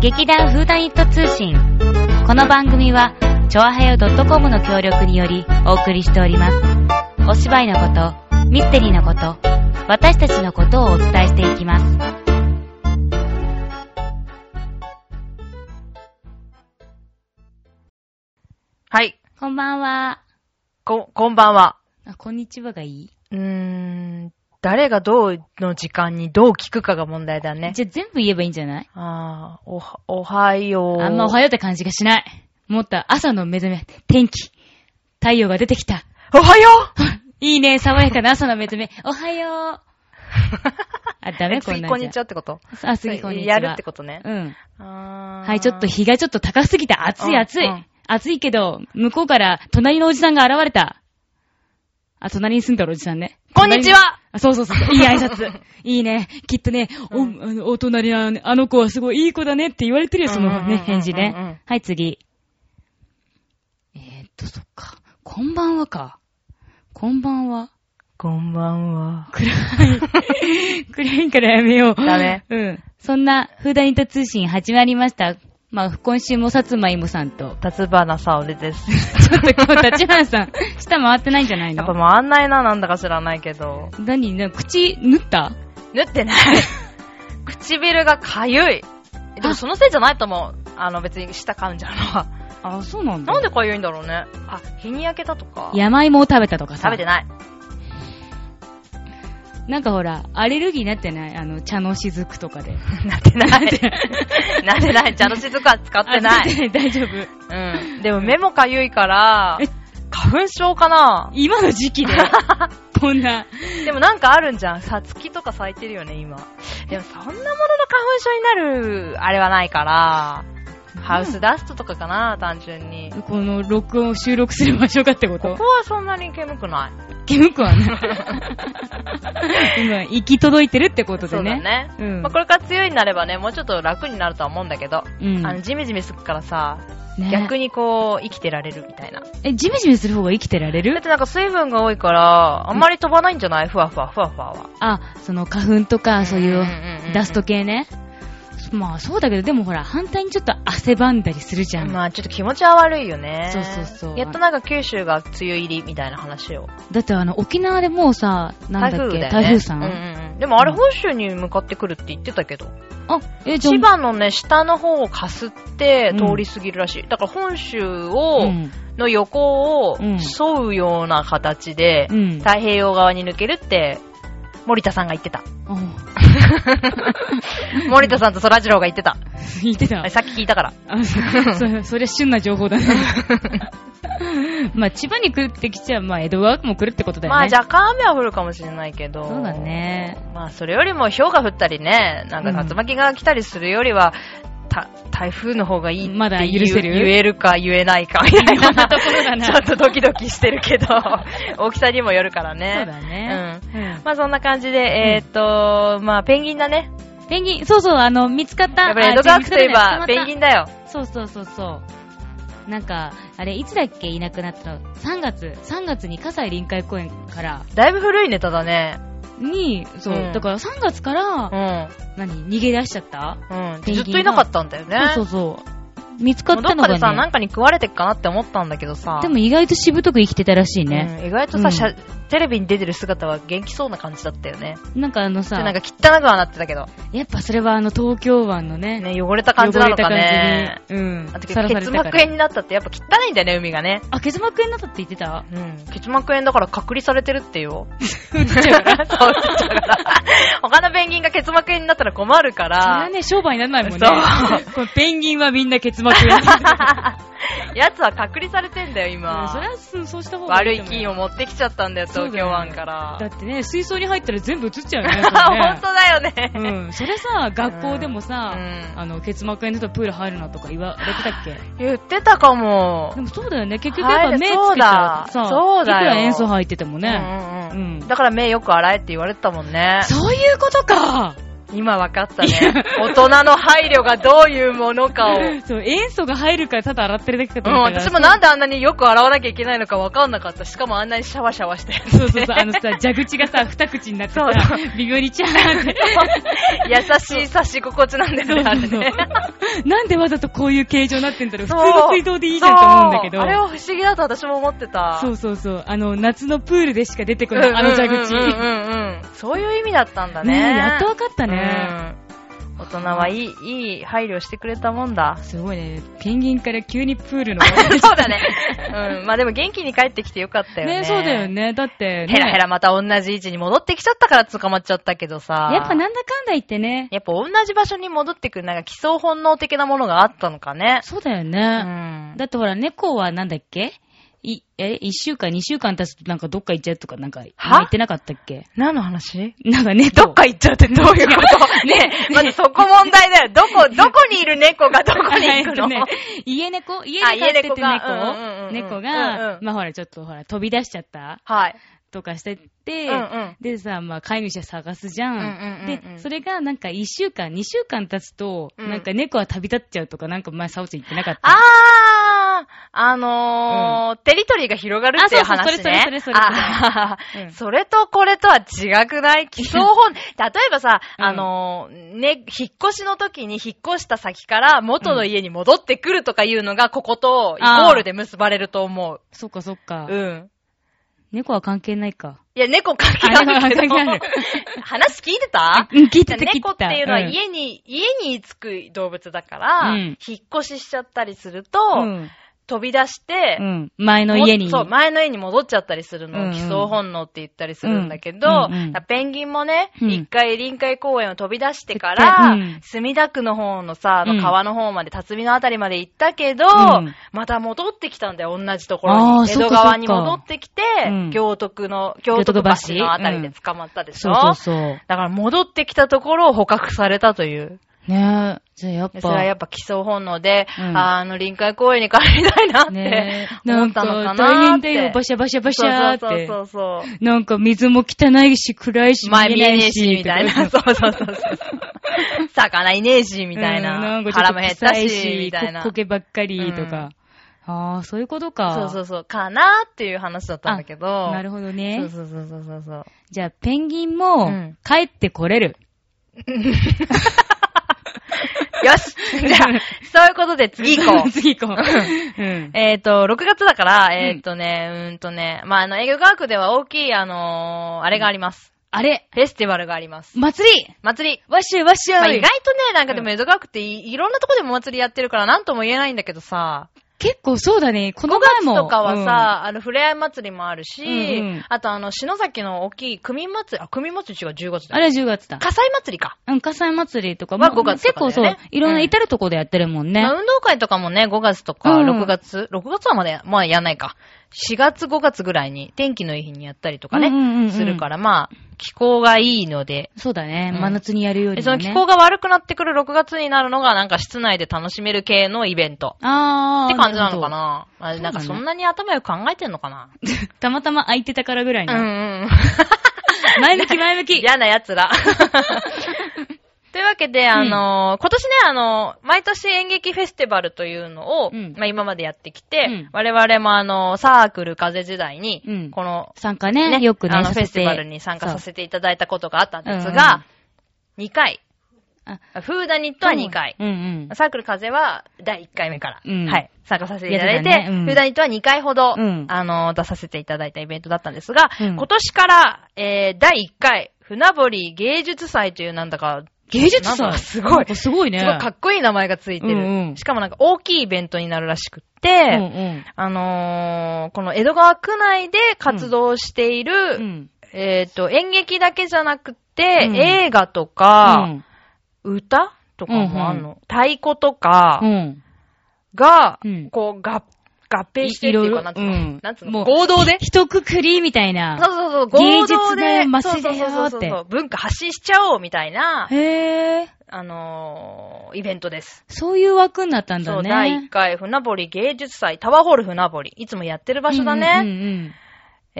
劇団フーダニット通信。この番組は、ちょあへよ .com の協力によりお送りしております。お芝居のこと、ミステリーのこと、私たちのことをお伝えしていきます。はい。こんばんは。こ、こんばんは。あ、こんにちはがいいうーん、誰がどうの時間にどう聞くかが問題だね。じゃあ全部言えばいいんじゃないああ、おは、おはよう。あんまおはようって感じがしない。もっと朝の目覚め、天気、太陽が出てきた。おはよういいね、爽やかな朝の目覚め、おは よう。あ、ダメえこんなん次じゃ。こんにちはってことあ、次こんにちは。やるってことね。うん。ははい、ちょっと日がちょっと高すぎて暑い暑い。うんうん暑いけど、向こうから隣のおじさんが現れた。あ、隣に住んでるおじさんね。こんにちはあそうそうそう。いい挨 拶。いいね。きっとね、お、あのお隣のあの子はすごいいい子だねって言われてるよ、そうんうんのうんうんうんね、返事ね。はい、次。えーっと、そっか。こんばんはか。こんばんは。こんばんは。暗い。暗いからやめよう。ダメ。うん。そんな、フーダニット通信始まりました。まあ、今週もさつまいもさんと。立花沙織です。ちょっと今日、立花さ ん、舌回ってないんじゃないやっぱの回んないな、なんだか知らないけど。何な口、縫った縫って ない。唇がかゆい。えでもそのせいじゃないと思う。あの別に舌噛んじゃうのは。あ、そうなんだ。なんでかゆいんだろうね。あ、日に焼けたとか。山芋を食べたとかさ。食べてない。なんかほら、アレルギーになってないあの、茶のしずくとかで。 なってない。なってない。茶のしずくは使ってあない。使って大丈夫。うん。でも目もかゆいからえ、花粉症かな今の時期 で。こんな。でもなんかあるんじゃん。さつきとか咲いてるよね、今。でもそんなものの花粉症になる、あれはないから、ハウスダストとかかな、単純に。この録音を収録する場所がってこことこはそんなに煙くない。煙く はない。今、行き届いてるってことそでうだね。ね。うんまあ、これから梅雨になればね、もうちょっと楽になるとは思うんだけど、うんあの、ジメジメするからさ、ね逆にこう、生きてられるみたいな。え、ジメジメする方が生きてられだっるてなんか水分が多いから、あんまり飛ばないんじゃないふわふわ、ふわふわは。あ、その花粉とか、そういうんうんうんうんダスト系ね。まあそうだけど、でもほら、反対にちょっと汗ばんだりするじゃん。まあちょっと気持ちは悪いよね。そうそうそうやっとなんか九州が梅雨入りみたいな話を。だってあの、沖縄でもうさ、なんだっけ、だよね台風さん、うんうんうん。でもあれ本州に向かってくるって言ってたけど。あ、え、じゃあ、千葉のね、下の方をかすって通り過ぎるらしい。だから本州うを、ん。の横をうん沿うような形で、うん。太平洋側に抜けるって、森田さんが言ってた。あ森田さんと空次郎が言ってた。言ってたあれ。さっき聞いたから。あ、そ、そそりゃ旬な情報だ ね。まあ、千葉に来るってきちゃ、まあ、江戸川区も来るってことだよまあね。若干雨は降るかもしれないけど。そうだ。 ね。まあそれよりも氷が降ったりね、なんか竜巻が来たりするよりは、た台風の方がいいってまだ言う許せる言えるか言えないかみた い妙ななところだなちょっとドキドキしてるけど、 大きさにもよるからそうね。だね。うんまあそんな感じで、えーっと、まあペンギンだね。ペンギン、そうそう、あの、見つかった。やっぱり江戸川区といえばあペンギンだよ。そうそうそうそう。なんか、あれ、いつだっけいなくなったの ?3 月、3月に葛西臨海公園から、だいぶ古いネタだね。に、そう、うんだから3月から、うん。何、逃げ出しちゃった、うん。ペンギンずがっといなかったんだよね。そうそうそう。見つかっもうどたっのがかでね、さ、なんかに食われてっかなって思ったんだけどさ。でも意外としぶとく生きてたらしいね。うん意外とうさ、んしゃテレビに出てる姿は元気そうな感じだったよね。なんかあのさで、なんか汚くはなってたけど、やっぱそれはあの東京湾のね、ね、汚れた感じなのか汚ね。れた感じに。うん。あと結さらさ局れ結たから膜炎になったってやっぱ汚いんだよね、海がね。あ、結膜炎になったって言ってたうん。結膜炎だから隔離されてるっ てよ。うんそう、だから。他のペンギンが結膜炎になったら困るかそれはら、ね、商売にならないもんそね。このペンギンはみんな結膜 炎。うんやつは隔離されてんだよ、今。それはそうそうした方が悪いいいと思う菌よ。を持ってきちゃったんだよ、そう東だよ京湾から。。だってね、水槽に入ったら全部映っちゃうよね 本当だよそれね。ねうん。それさ、学校でもさ、うんあの、結膜炎の人はプール入るなとか言われてたっけ言ってたかもで。もそうだよね。結局やっぱ目つけたらさ、入るそうだそうだいよくら塩素入っててもね。うんうんうんうんだから目よく洗えって言われてたもんね。そういうことか今分かったね。大人の配慮がどういうものか を。うん、そう、塩素が入るからただ洗ってるだけかと思ったから私もなんであんなによく洗わなきゃいけないのか分かんなかった。しかもあんなにシャワシャワして。 そうそうそう、あのさ、蛇口がさ、二口になってさそう、微妙にチャーって。優しい差し心地なんだよね、あれね。なんでわざとこういう形状になってんだろう。普通の水道でいいじゃんと思うんだけどそう。あれは不思議だと私も思ってた。そうそうそう。あの、夏のプールでしか出てこうんなうい、んあの蛇口。うんうんうんうんそういう意味だったんだね。ねえやっとわかったね。うん大人はいい、いい配慮してくれたもんだ。すごいね。ペンギンから急にプールの。 そう だね。うん。まあでも元気に帰ってきてよかったよね。ね、そうだよ。ね。だって、ねヘラヘラまた同じ位置に戻ってきちゃったから捕まっちゃったけどさ。やっぱなんだかんだ言ってね。やっぱ同じ場所に戻ってくる、なんか奇想本能的なものがあったのかね。そうだようね。ん。だってほら、猫はなんだっけい、え、一週間、二週間経つとなんかどっか行っちゃうとかなんか、言はってなかったっけ何の 話なんか猫。どっか行っちゃうってどういうことねえ、まずそこ問題だよ。どこ、どこにいる猫がどこに行 えくの、っとね家猫家あに飼ってて猫家猫がうんうんうんうん猫うんがう、んまあほら、ちょっとほら、飛び出しちゃったはい。とかしてて、うんうんでさ、まあ、飼い主は探すじゃん。うんうんうんうんで、それがなんか1週間、2週間経つと、うんなんか猫は旅立っちゃうとか、なんか前、サオちゃん言ってなかった。あー、あのーテリトリーが広がるっていうあそうそう話ね。それそれそれそれあーうんそれとこれとは違くない基礎本、例えばさ、うんあのーね、引っ越しの時に引っ越した先から元の家に戻ってくるとかいうのが、こことイコールで結ばれると思う。そっかそっか、うん。猫は関係ないか。いや、猫関係あるけどあ猫関係ある。話聞いてたうん、聞いてた、聞いてた。猫っていうのはん家に、家に居つく動物だから、うん引っ越ししちゃったりすると、うん。飛び出して、うん前の家に。そう、前の家に戻っちゃったりすうるんうのをん基礎本能って言ったりするんだけど、うんうんうんだからペンギンもね、うん一回臨海公園を飛び出してから、絶対うん墨田区の方のさ、あうんの川の方まで、辰巳のあたりまで行ったけど、うんまた戻ってきたんだよ、同じとこあろーに。江そっかそっ戸か川に戻ってきて、うん行徳の、行徳橋のあたりで捕まったでしょ、そうそうそう。だから戻ってきたところを捕獲されたという。ねえ、じゃあやっぱ。それはやっぱ基礎本能で、うんあーあの臨海公園に帰りたいなって、ねえ、な思っんたかのかなーって。大変だよ、バシャバシャバシャーって。そうそうそうそうなんか水も汚いし、暗いし、前見見えなえねいえし、し、みたいな。そうそうそうそう。魚いねえし、みたいうんな。んかちょっ腹とも減った臭いし、みたいな。こけばっかりとか。ああ、そういうことか。そうそうそう。かなーっていう話だったんだけど。なるほどね。そうそうそうそうそう。じゃあ、ペンギンうもん、帰ってこれる。よし じゃあ、そういうことで次行こう。次行こう。うん。えっ、と、6月だから、えうんっ、とね、うーんとね、まあ、あの、営業科学では大きい、あのーあれがあります。あれ、フェスティバルがあります。祭り祭り。わっしょいわっしょまあ、意い外とね、なんかでうもん江戸川区っていいろんなとこでも祭りやってるから、なんとも言えないんだけどさ、結構そうだね。この前5も。月とかはさ、あの、ふれあい祭りもあるし、うんうんあとあの、篠崎の大きい組祭り、あ、組祭り違う、10月うん、あだ。れは10月だ。火災祭りか。うん、火災祭りとかもは5月と結かだよ構ねそう、いろんなうん至るとこでやってるもんねまあ。運動会とかもね、5月とかうん6月、6月はまだ、まあやんないか。4月5月ぐらいに天気のいい日にやったりとかね、うんうんうんうんするから、まあ、気候がいいので、そうだね。うん真夏にやるよりも、でね。その気候が悪くなってくる6月になるのが、なんか室内で楽しめる系のイベント。あー。って感じなのかるなあれ、なんかそうだそねんなに頭よく考えてんのかなほど。たまたま空いてたからぐらいの。ん うん。前向き前向き。 嫌な 奴ら。というわけで、あのー今年ね、あのー毎年演劇フェスティバルというのを、うんまあ今までやってきて、うん我々もあのーサークル風時代に、うんこの、参加ね、よくね、あのさフせてェスティバルに参加させていただいたことがあったんですそううんが、2回。あフーダニットは2回。うんうん。サークル風は第1回目から、うんはい、参加させていただいて、やってたねうんフーダニットは2回ほど、うんあの、出させていただいたイベントだったんですが、うん今年から、えー、第1回、船堀芸術祭というなんだか、芸術な祭んかすごい、すすごいね。ごいかっこいい名前がついてる。うんうんしかもなんか大きいイベントになるらしくって、うんあのーこの江戸川区内で活動している、うん。うん。えっ、と、演劇だけじゃなくて、うん映画とか、歌とかもあんの、太鼓とか、うん。が、うんこう、合合併してっていうか、いなんついうろいろうのんなんつうもうの合同で一くくりみたいそうな。そうそう、芸合同で術、だよそうそう祭りだよっそうてそうそう、文化発信しちゃおうみたいな、へえ。あのーイベントです。そういう枠になったんそだう、ね。第1回船堀芸術祭、タワーホール船堀。いつもやってる場所だね。うんうん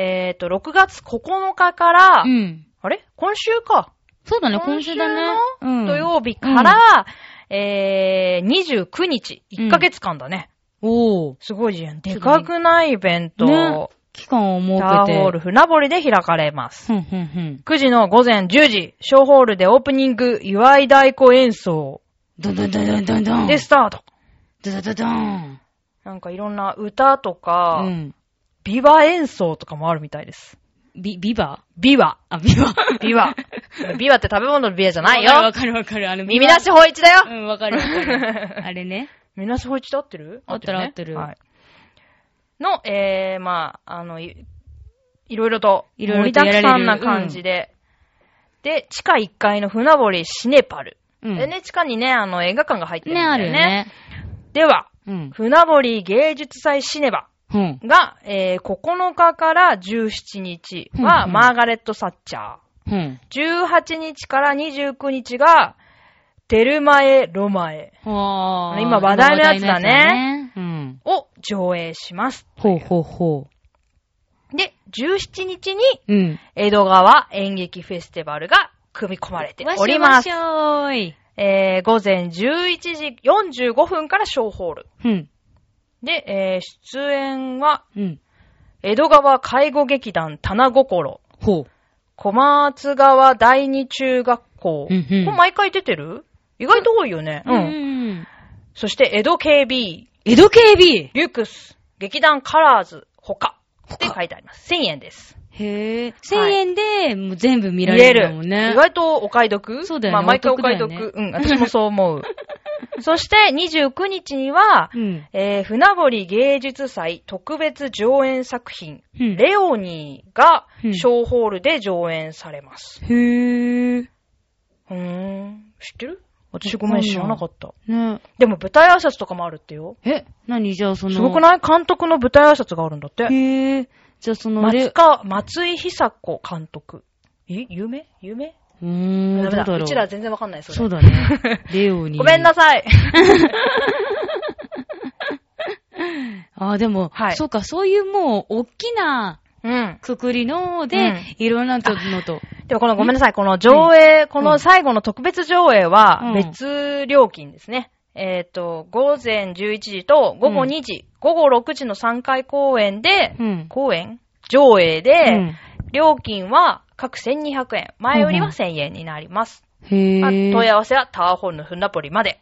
えっ、と、6月9日から、うんうん。うん。あれ今週か。そうだね、今週だね。うん。土曜日から、えー、29日、1ヶ月間だね。おー。すごいじゃん。でかくないイベント。ね期間を設けて。タワーホール船堀で開かれます。ふんふんふん。 9時の午前10時、小ホールでオープニング、祝い太鼓演奏どんどんどんどんどんどん。でス。タート。どどどどん。なんかいろんな歌とか、うん。ビワ演奏とかもあるみたいです。ビ、ビバビワ。あ、ビバ。ビワ。 ビワって食べ物のビワじゃないわよ。かるわかる。あの、耳出し法一だよ。うん、わかるわか る。あれね。みなし法一で合ってる合ってるね合ってるはい。の、えー、まあ、あの、いいろいろと、いろいろと盛りだやくさんられなる感じで。で、地下1階の船堀シネパル。うん。でね、地下にね、あの、映画館が入ってるんね、だよあね。るよね。では、うん。船堀芸術祭シネバうん。が、えー、9日から17日うんは、うんマーガレット・サッチャうん。ー。18日から29日が、テルマエ・ロマエはあ。今話題のやつだね今話題のやつだね。うん。を上映します。ほうほうほで、17日にう。うん。江戸川演劇フェスティバルが組み込まれております。わしょわしょーい。えー、午前11時45分から小ホール。うん。で、えー、出演は、うん。江戸川介護劇団棚心、ほ小松川第二中学校。うんうんこれ毎回出てる意外と多いよね。う。ん。そして、江戸 KB、江戸警備リュクス、劇団カラーズ、他。って書いてあります。1000円です。へえ。は1000い円で、もう全部見られるんだもん見れねる意。外とお買い得そうだよねまあ、毎回お買い得。お得うん、 私もそう思う。そして、29日には、うん。えー、船堀芸術祭特別上演作品、うんレオニーがうん小ホールで上演されます。へえ。うーん、知ってる私ごめん知らなかった。ね。でも舞台挨拶とかもあるってよ。え、何じゃあその。すごくない監督の舞台挨拶があるんだって。へえ。じゃあその、松レ川、松井久子監督。え有名有名うーん、ダどメだうだろう。うちら全然わかんない、それ。そうだ ね。レオに。ごめんなさい。 ああ、でも、はいそうか、そういうもう、大きなうん。くくりので、うんいろんなとのと。でもこのごめんなさい、この上映、この最後の特別上映うはん別料金ですね。えっ、と、午前11時と午後2時、午後6時の3回公演で、うん。公演上映で、うん料金は各1200円。前よりうんうはん1000円になります。へあえ。問い合わせはタワーホールのフンナポリまで。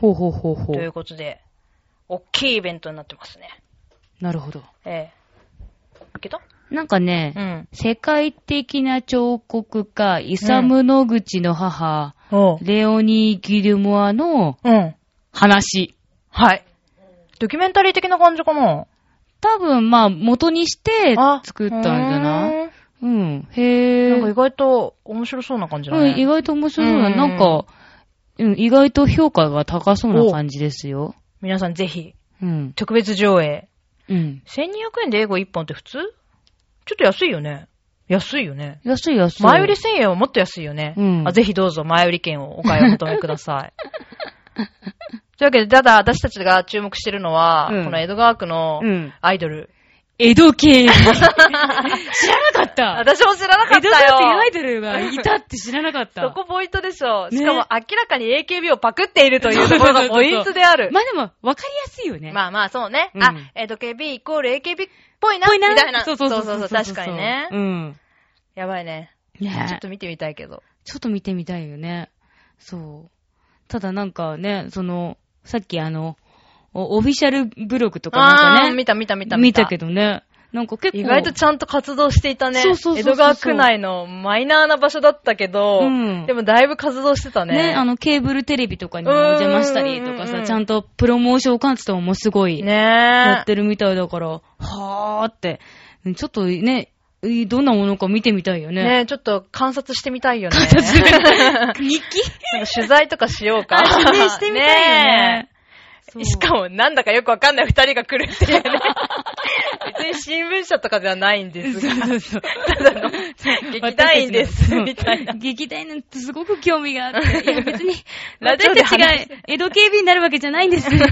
ほうほうほうほというう。ことで、大きいイベントになってますね。なるほど。ええいけたなんかね、うん。世界的な彫刻家、イサム・ノグチの母、おう。レオニー・ギルモアのうん。話。はい。ドキュメンタリー的な感じかな多分、まあ、元にしてあ作ったんじゃないいうん。へなんえか。意外と面白そうな感じだうん、意ね。外と面白いな。うんなんか、うん、意外と評価が高そうな感じですよ。皆さんぜひ、うん。特別上映。うん。 1200円で英語1本って普通ちょっと安いよね。安いよね。安い安い。前売り1000円はもっと安いよね。うんあぜひどうぞ前売り券をお買い求めくださ い。というわけで、ただ私たちが注目してるのは、うんこの江戸川区のうん。アイドル。江戸警 備。知らなかった。私も知らなか江戸だっったていうアイよ。ドルがいたって知らなかった。そこポイントでしょ。しかねも明らかに AKB をパクっているというところがポイントである。まあでも、わかりやすいよね。まあまあ、そうね。うんあ、えっ、と、KB イコール AKB っぽいな、ぽいみたいな。そうそうそう確かにね。うん。やばいね。ねちょっと見てみたいけど。ちょっと見てみたいよね。そう。ただなんかね、その、さっきあの、おオフィシャルブログとかなんあかーね、見た見た見た見たけどね。なんか結構。意外とちゃんと活動していたね。そうそうそうそう江戸川区内のマイナーな場所だったけど、うんでもだいぶ活動してたね。ね、あの、ケーブルテレビとかにもお邪魔したりとかうんうんうんうさ、んちゃんとプロモーション活動もすごい、やねってるみたいだから、はーって、うんちょっとね、いどんなものか見てみたいよえ。ね。ねえ、ちょっと観察してみたいよね。観察 してみたい日記なんか取材とかしようか。あ指定してみたいよね。そうねえしかも、なんだかよくわかんない二人が来るって いうね。別に新聞社とかではないんですが。そう そうただの、劇団員です、みたいな。劇団員なんてすごく興味があって。い や別に、ラジオ私でたちが話江戸警備になるわけじゃないん です。ただ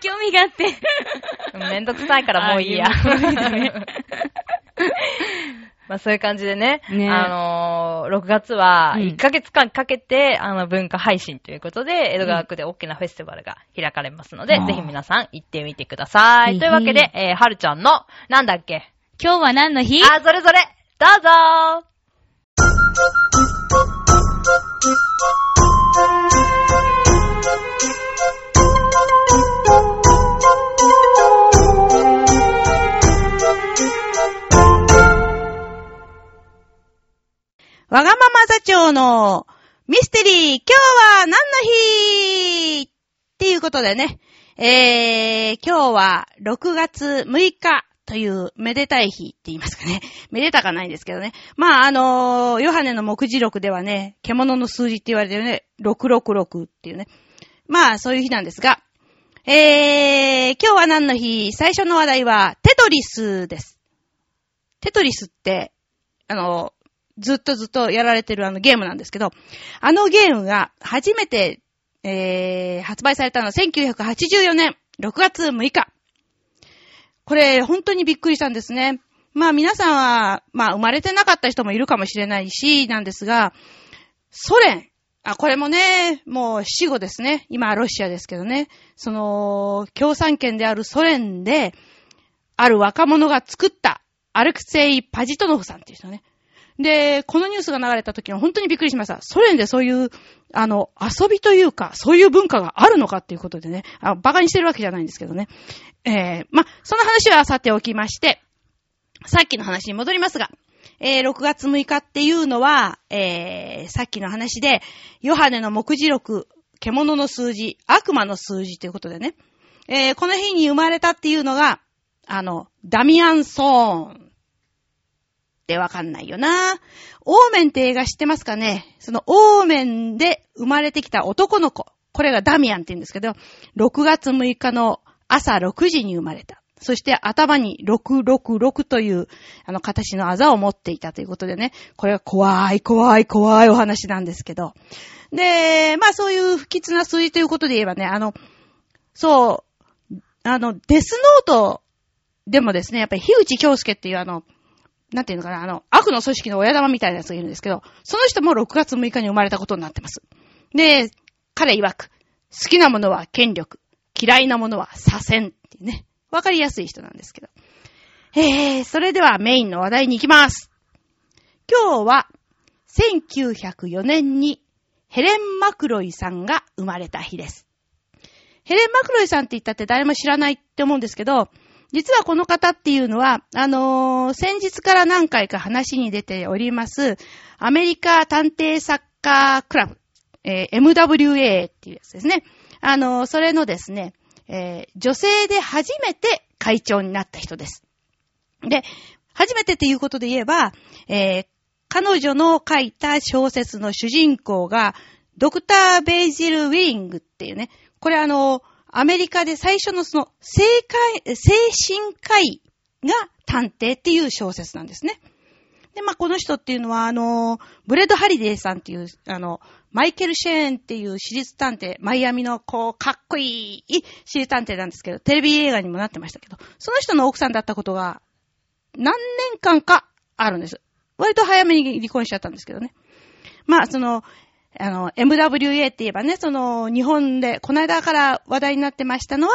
興味があって。 めんどくさいからもういいや。あーいうことですねまあそういう感じでね、ねあのー6月はうん1ヶ月間かけて、あの、文化配信ということで、江戸川区で大きなフェスティバルが開かれますので、うんぜひ皆さん行ってみてくださうんい。というわけで、えー、はるちゃんの、なんだっけ今日は何の日あ、それぞれ、どうぞわがまま座長のミステリー、今日は何の日っていうことでね、えー、今日は6月6日というめでたい日って言いますかね。めでたかないんですけどね。まあ、あのーヨハネの目次録ではね、獣の数字って言われてるね、666っていうね。まあ、そういう日なんですが、えー、今日は何の日最初の話題は、テトリスです。テトリスって、あの、ずっとずっとやられてるあのゲームなんですけど、あのゲームが初めて、えー、発売されたのは1984年6月6日。これ、本当にびっくりしたんですね。まあ皆さんは、まあ生まれてなかった人もいるかもしれないし、なんですが、ソ連。あ、これもね、もう死後ですね。今はロシアですけどね。その、共産圏であるソ連で、ある若者が作った、アルクセイ・パジトノフさんっていう人ね。で、このニュースが流れた時は本当にびっくりしました。ソ連でそういう、あの、遊びというか、そういう文化があるのかっていうことでね、あバカにしてるわけじゃないんですけどね。えー、ま、その話はさておきまして、さっきの話に戻りますが、えー、6月6日っていうのは、えー、さっきの話で、ヨハネの目次録、獣の数字、悪魔の数字ということでね、えー、この日に生まれたっていうのが、あの、ダミアン・ソーンってわかんないよな。オーメンって映画知ってますかねそのオーメンで生まれてきた男の子。これがダミアンって言うんですけど、6月6日の朝6時に生まれた。そして頭に666という、あの形のあざを持っていたということでね、これは怖い怖い怖いお話なんですけど。で、まあそういう不吉な数字ということで言えばね、あの、そう、あの、デスノートでもですね、やっぱり樋口京介っていうあの、なんていうのかな、あの、悪の組織の親玉みたいなやつがいるんですけど、その人も6月6日に生まれたことになってます。で、彼曰く、好きなものは権力、嫌いなものは左遷っていうね、わかりやすい人なんですけど。えー、それではメインの話題に行きます。今日は、1904年にヘレン・マクロイさんが生まれた日です。ヘレン・マクロイさんって言ったって誰も知らないって思うんですけど、実はこの方っていうのは、あのー先日から何回か話に出ております、アメリカ探偵作家クラブ、えー MWA っていうやつですね。あのーそれのですね、えー女性で初めて会長になった人です。で、初めてっていうことで言えば、えー彼女の書いた小説の主人公が、ドクター・ベイジル・ウィングっていうね、これあの、アメリカで最初のその、精神、精神科医が探偵っていう小説なんですね。で、まあ、この人っていうのは、あの、ブレッド・ハリデーさんっていう、あの、マイケル・シェーンっていう私立探偵、マイアミの、こう、かっこいい私立探偵なんですけど、テレビ映画にもなってましたけど、その人の奥さんだったことが、何年間かあるんです。割と早めに離婚しちゃったんですけどね。まあ、その、あの、MWA って言えばね、その、日本で、この間から話題になってましたのは、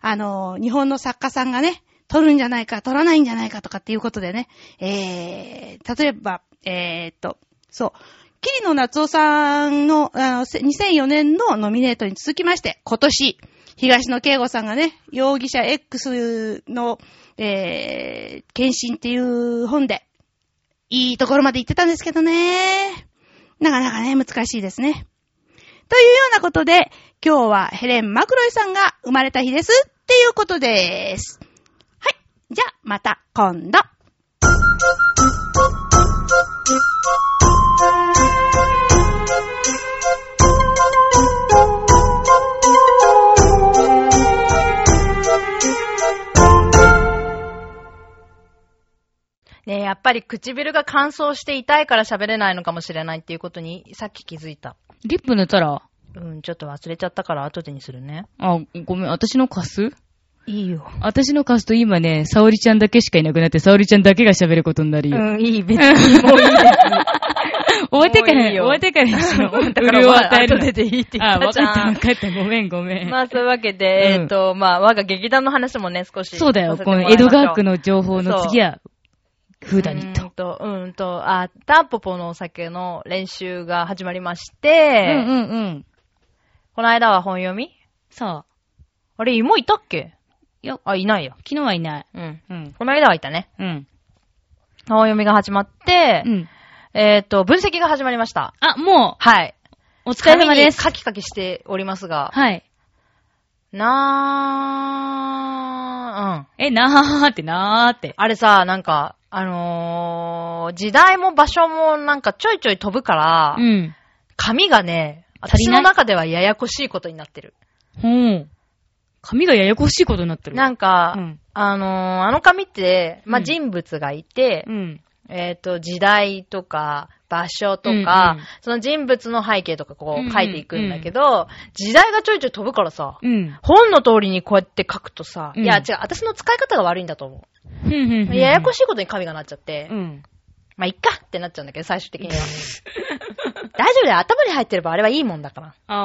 あの、日本の作家さんがね、取るんじゃないか、取らないんじゃないかとかっていうことでね、えー、例えば、えーっと、そう、桐野夏夫さんの、あの、せ2004年のノミネートに続きまして、今年、東野圭吾さんがね、容疑者 X の、えー、検診っていう本で、いいところまで行ってたんですけどね。なかなかね、難しいですね。というようなことで、今日はヘレン・マクロイさんが生まれた日ですっていうことです。はい。じゃあ、また今度。ねえやっぱり唇が乾燥して痛いから喋れないのかもしれないっていうことに、さっき気づいた。リップ塗ったら、うん、ちょっと忘れちゃったから後でにするね。あ、ごめん、私の貸すいいよ。私のカスト今ね、沙織ちゃんだけしかいなくなって、沙織ちゃんだけが喋ることになるよ。うん、いい、別にもういいです。終わってかもうら、い終いよわってからにしよう。だから潤いを与えるまあ後ででいいって言あ、っわたじかっゃた、わん。かった。ごめん、ごめん。 まあ、そういうわけで、うんえっと、まあ、我が劇団の話もね、少し。そうだよ。させてこもらいのまし江ょう戸川区の情報の次は、フーダニッうーんト。と。うんと、あ、タンポポのお酒の練習が始まりまして、うんうん。この間は本読みそう。あれ、芋いたっけいやあ、いないや。昨日はいない。うん。うん。この間はいたね。うん。本読みが始まって、うん。えっ、と、分析が始まりました。あ、もはい。う、お疲れ様です。紙にカキカキしておりますが、はい。なー、うん。え、なーってなーって。あれさ、なんか、あのー、時代も場所もなんかちょいちょい飛ぶから、うん。紙がね、足り私ないの中ではややこしいことになってる。ほう。髪がややこしいことになってる。なんか、うんあのー、あの紙って、まあ、うん人物がいて、うん。えっ、と、時代とか、場所とか、うんうんその人物の背景とかこうんうんう書いていくんだけど、時代がちょいちょい飛ぶからさ、うん。本の通りにこうやって書くとさ、うんいや違う、私の使い方が悪いんだと思うんうんうんうう。ん。ややこししいことに紙がなっちゃって、うん。まあ、いっかってなっちゃうんだけど、最終的には。 大丈夫だよ、頭に入ってればあれはいいもんだから。あ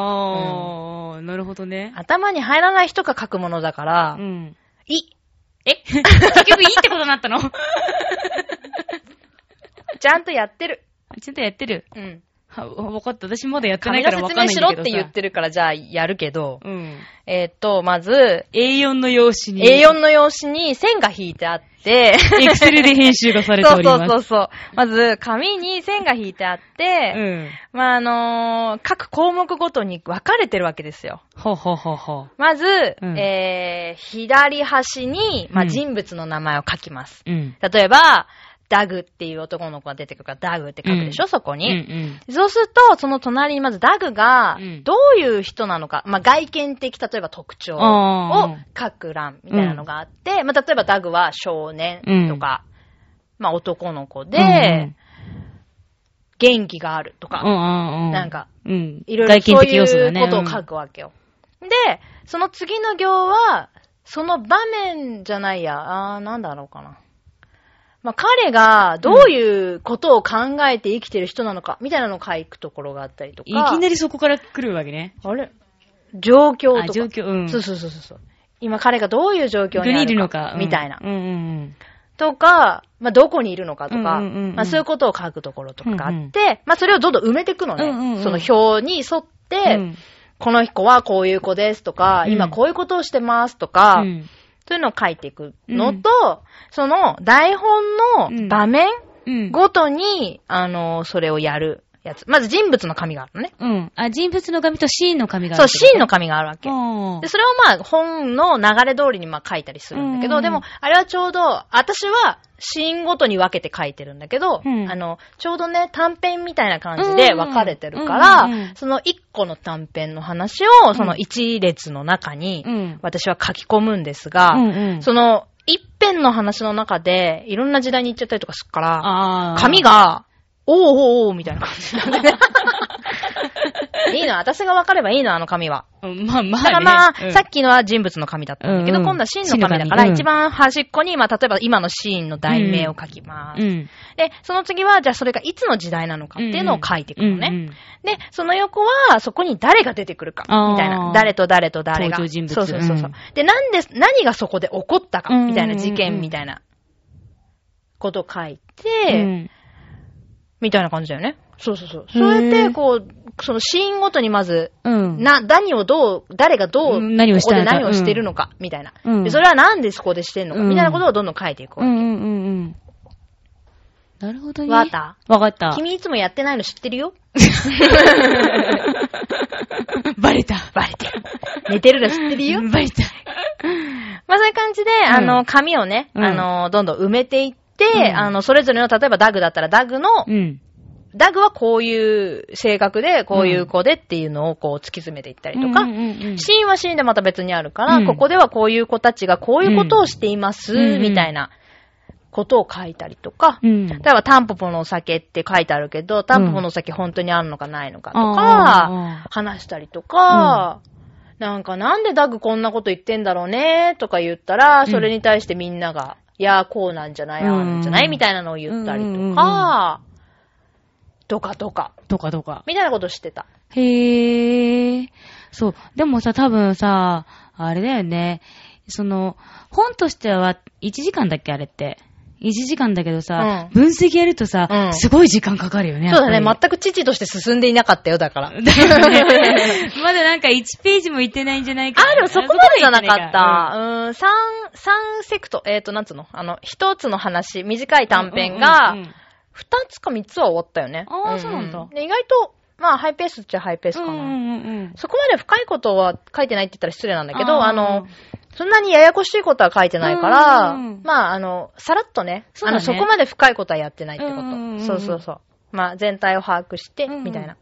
ー、なるほどね。頭に入らない人が書くものだから、うん。い、え 結局いいってことになったの ちゃんとやってる。ちょっとやってる。うん。は、わかった。私まだやってな紙いのからわ説かんな明いんしだろけっどさ。て言ってるから、じゃあやるけど、うん。えーっと、まず、 A4 の用紙に。 A4 の用紙に線が引いてあって、エクセルで編集がされてそおうりそます。うそうそう。まず、紙に線が引いてあって、うん。まあ、あのー各項目ごとに分かれてるわけですよ。ほうほうほうほう。まず、うんえー、左端に、まあ、うん人物の名前を書きます。うん。例えば、ダグっていう男の子が出てくるから、ダグって書くでしょ、そこうんに。うん。そうすると、その隣にまずダグがうん、どういう人なのか、まあ、外見的、例えば特徴あをー書く欄みたいなのがあって、まあ、例えばダグは少年とか、まあ、男の子で、うんうん元気があるとうんうんか、うん。なんか、うん。いろいろ外そう見的い要素がうね。ことを書くわけよ。で、その次の行は、その場面じゃないや、あー、なんだろうかな。まあ、彼がどういうことを考えて生きてる人なのか、みたいなのを書くところがあったりとうんいか、きなりそこから来るわけね。あれ状況あ、と状か。況、うん。そうそうそうそう。今彼がどういう状ど況にこあにいるるののかか、。うんみたいな。うんうんとか、まあ、どこにいるのかとか、うんうんうんうんまあ、そういうことを書くところとかがあって、うんうんまあ、それをどんどん埋めていくのね。うんうんうんその表に沿って、うん。うんこの子はこういう子ですとか、うん今こういうことをしてますとか、うんそういうのを書いていくのと、その台本の場面うん。ごとに、あの、それをやるやつ。まず人物の紙があるのね。うん。あ、人物の紙とシーンの紙があそるう、ってこと。シーンの紙があるわけ。ので、それをまあ、本の流れ通りにまあ書いたりするんだけうんうど、んでも、あれはちょうど、私は、シーンごとに分けて書いてるんだけど、うんあの、ちょうどね、短編みたいな感じで分かれてるから、うんうんうんその1個の短編の話を、その1列の中にう、ん。私は書き込むんですが、うんうん。その、一編の話の中で、いろんな時代に行っちゃったりとかするから、あー紙。が、おーおーおーみたいな感じなんでね。 いいの、私が分かればいいの、あの紙は。 うんまあまあね。だからまあ、うんさっきのは人物の紙だったんだけど、うんうん今度は真の紙だから、真の紙うん一番端っこに、まあ、例えば今のシーンの題名を書きます。うん。で、その次は、じゃあそれがいつの時代なのかっていうのを書いていくのね。うんうん。で、その横は、そこに誰が出てくるか、あーみたいな。誰と誰と誰が。登場人物そうそうそうそううんで、なんで、何がそこで起こったか、みたいうんうんうんうなん事件みたいなこと書いて、うんみたいな感じだよね。そうそうそう。そうやって、こう、そのシーンごとにまずうん。な、何をどう、誰がどう、うん何をしたここのでか何をしてるのか、みたいな、うんでそれはなんでそこでしてんのか、うんみたいなことをどんどん書いていこうう。んうんうんうん。なるほどね。わかったわかった。君いつもやってないの知ってるよ バレた。バレてる。寝てるの知ってるよ バレた。まあそういう感じで、あの、紙をね、うんあの、どんどん埋めていって、うんあの、それぞれの、例えばダグだったらダグの、うん。ダグはこういう性格で、こういう子でっていうのをこう突き詰めていったりとか、うんうんうんシーンはシーンでまた別にあるから、うんここではこういう子たちがこういうことをしています、うんみたいなことを書いたりとか、うん。例えばタンポポのお酒って書いてあるけど、タンポポのお酒本当にあるのかないのかとか、あー話したりとか、なんかなんでダグこんなこと言ってんだろうね、とか言ったら、それに対してみんなが、いやーこうなんじゃない、ああなんじゃなういんみたいなのを言ったりうんうんうとんか、とかとか、とかとか。みたいなことしてた。へえ。そう。でもさ、多分さ、あれだよね。その、本としては1時間だっけあれって。1時間だけどさ、うん分析やるとさ、うんすごい時間かかるよね。そうだね、やっぱ全く父として進んでいなかったよ、だ から。 りだよねまだなんか1ページもいってないんじゃないかなあ、でもそこまでじゃなかっうんた。うん、三、三セクト、えっ、と、なんつうのあの、一つの話、短い短編がうんうんうん、二つか三つは終わったよね。あーそうなんだで意外と、まあ、ハイペースっちゃハイペースかな。うんうんうん。そこまで深いことは書いてないって言ったら失礼なんだけど、あーあの、そんなにややこしいことは書いてないから、うんうんうんまあ、あの、さらっとね、そうあだねの、そこまで深いことはやってないってこと。うんうんうんうんそうそうそう。まあ、全体を把握して、うんうんみたいな。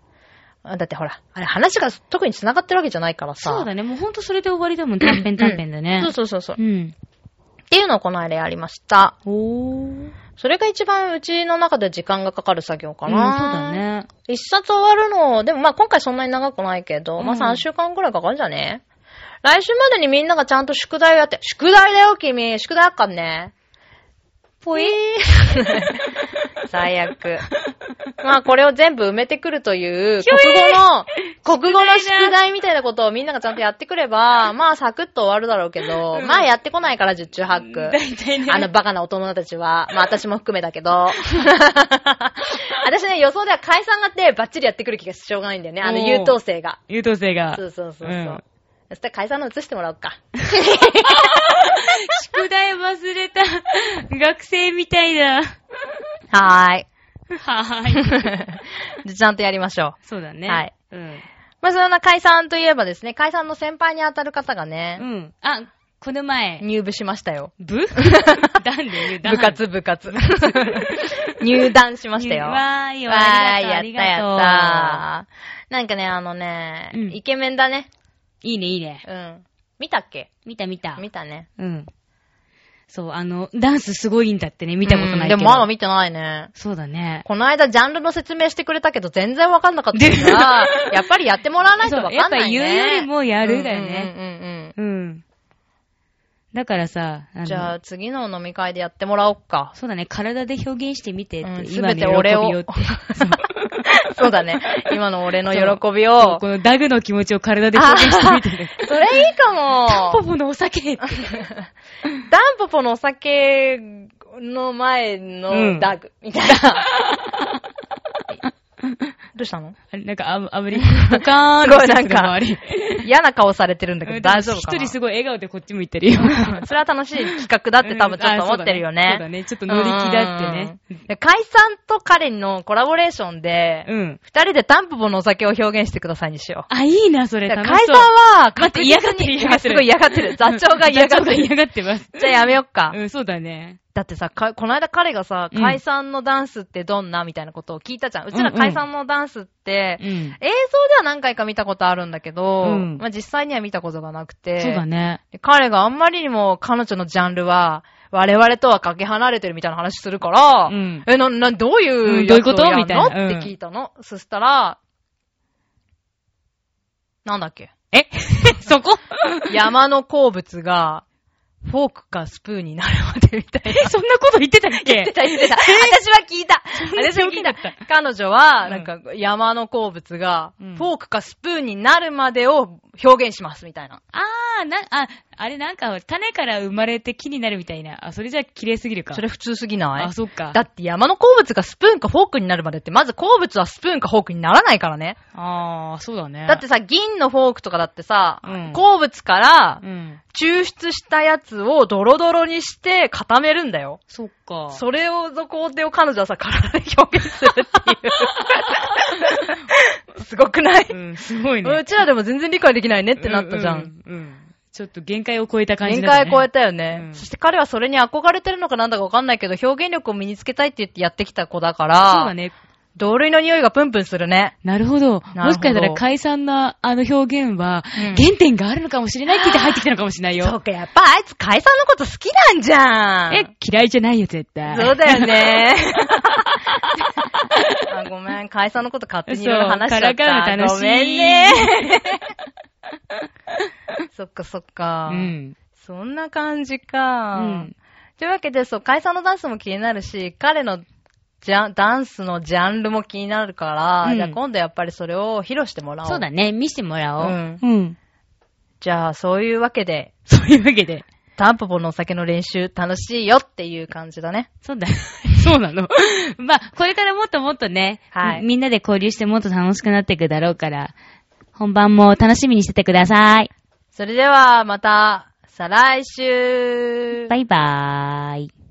あだってほら、あれ話が特に繋がってるわけじゃないからさ。そうだね。もうほんとそれで終わりだもん。短編短編だね。そうそうそうそう。うん。っていうのをこの間やりました。おー。それが一番うちの中で時間がかかる作業かな。うん、そうだ。ね。一冊終わるの、でもまあ今回そんなに長くないけど、まあうん3週間くらいかかるんじゃね来週までにみんながちゃんと宿題をやって、宿題だよ君宿題あっかんね。ぽいー 最悪。まあこれを全部埋めてくるという、国語の、国語の宿題みたいなことをみんながちゃんとやってくれば、まあサクッと終わるだろうけど、まあやってこないから十中八九。大体ね。あの、バカな大人たちは、まあ私も含めだけど、私ね、予想では解散があって、バッチリやってくる気がしょうがないんだよね。あおの、ー優等生が。優等生が。そうそうそうそうう。んそしたら解散の移してもらおうか。宿題忘れた。学生みたいだ。はー い。はーい。じゃあちゃんとやりましょう。そうだね。はい。うん。まあそんな解散といえばですね、解散の先輩に当たる方がうね、ん。あ、この前、入部しましたよ。 部団で言う、団部活 部活。入団しましたよ。わーい、わーい、やあったりがとう。ありがとうやった。なんかね、あのね、うんイケメンだね。いいね、いいね。うん。見たっけ見た見た。見たね。うん。そう、あの、ダンスすごいんだってね、見たことないけうど。んでもまだ見てないね。そうだね。この間ジャンルの説明してくれたけど全然わかんなかっ たから、やっぱりやってもらわないとそうわかんないね。やっぱ言うよりもやるだよねうんうんうんうんうん。だからさ、あうん。のじゃあ次の飲み会でやってもらおっか。そうだね、体で表現してみてって、うん今の全て俺を喜び ってそうだね。今の俺の喜びそうを。このダグの気持ちを体で表現して みて ね。それいいかタン ポも。ポのお酒って。ダンポポのお酒の前うんのダグ、み たいな。どうしたのあれなんか、あ、あ ぶり、ポカーンすごいってなやんつがか周り、嫌な顔されてるんだけうどん大丈夫かな一人すごい笑顔でこっち向いてるよ。それは楽しい企画だって多分ちょっと思ってるよね。うんあそうだねそうだねちょっと乗り気だってねうんうんうん。で解散と彼のコラボレーションで、うん。二人でタンポポのお酒を表現してくださいにしよ。あ、いいな、そうれ。だか楽らし解そ散うは待って確実に、嫌がってる、嫌がってる。すごい嫌がってる。座長が嫌がって 座長が嫌る。がってます。じゃあやめよっか。 うん、そうだね。だってさ、かこの間彼がさ、うん解散のダンスってどんなみたいなことを聞いたじゃん。うちら解散のダンスって、うん。映像では何回か見たことあるんだけど、うんまあ実際には見たことがなくて。そうだね。彼があんまりにも彼女のジャンルは、我々とはかけ離れてるみたいな話するから、うんえ、な、な、どういうう、んどういうことやつをやみんのたいなうんって聞いたの。そしたら、なんだっけえ そこ山の鉱物が、フォークかスプーンになるまでみたいな。そんなこと言ってたっけ言ってた言ってた。私は聞 いた。私は聞い表現だたった。彼女は、うんなんか、山の鉱物が、フうんォークかスプーンになるまでを表現します、みたいな。あー、な、あ、あれなんか、種から生まれて木になるみたいな。あ、それじゃ綺麗すぎるか。それ普通すぎないあ、そっか。だって山の鉱物がスプーンかフォークになるまでって、まず鉱物はスプーンかフォークにならないからね。あー、そうだね。だって、さ、銀のフォークとかだってさ、うん鉱物からうん。抽出したやつをドロドロにして固めるんだよ。そっか。それを、の工程を彼女はさ、体で表現する っていう。すごくない、うん、すごいね。うちらでも全然理解できないねってなったじゃん。うん。うんうんちょっと限界を超えた感じ限だ界ね。超えたよね、うんそして彼はそれに憧れてるのかなんだかわかんないけど、表現力を身につけたいって言ってやってきた子だから、そうだね。同類の匂いがプンプンするね。なるほど。どもしかしたら解散のあの表現は、うん原点があるのかもしれないって言って入ってきたのかもしれない そよう。か、やっぱあいつ解散のこと好きなんじゃん。え、嫌いじゃないよ、絶対。そうだよ ね。あごめん、解散のこと勝手にいろいろ話しちゃそった。うからかうの楽しいごめんね。かそっか。うん。そんな感じうか。ん。というわけで、そう、解散のダンスも気になるし、彼のジャンダンスのジャンルも気になるから、うんじゃあ今度やっぱりそれを披露してもらおう。そうだね。見せてもらおう。うんうん。じゃあ、そういうわけで、そういうわけで。タンポポのお酒の練習楽しいよっていう感じだね。そうだ。 そうな の。まあ、これからもっともっとね、はいみみんなで交流してもっと楽しくなっていくだろうから、本番も楽しみにしててください。それでは、また、再来週バイバーイ。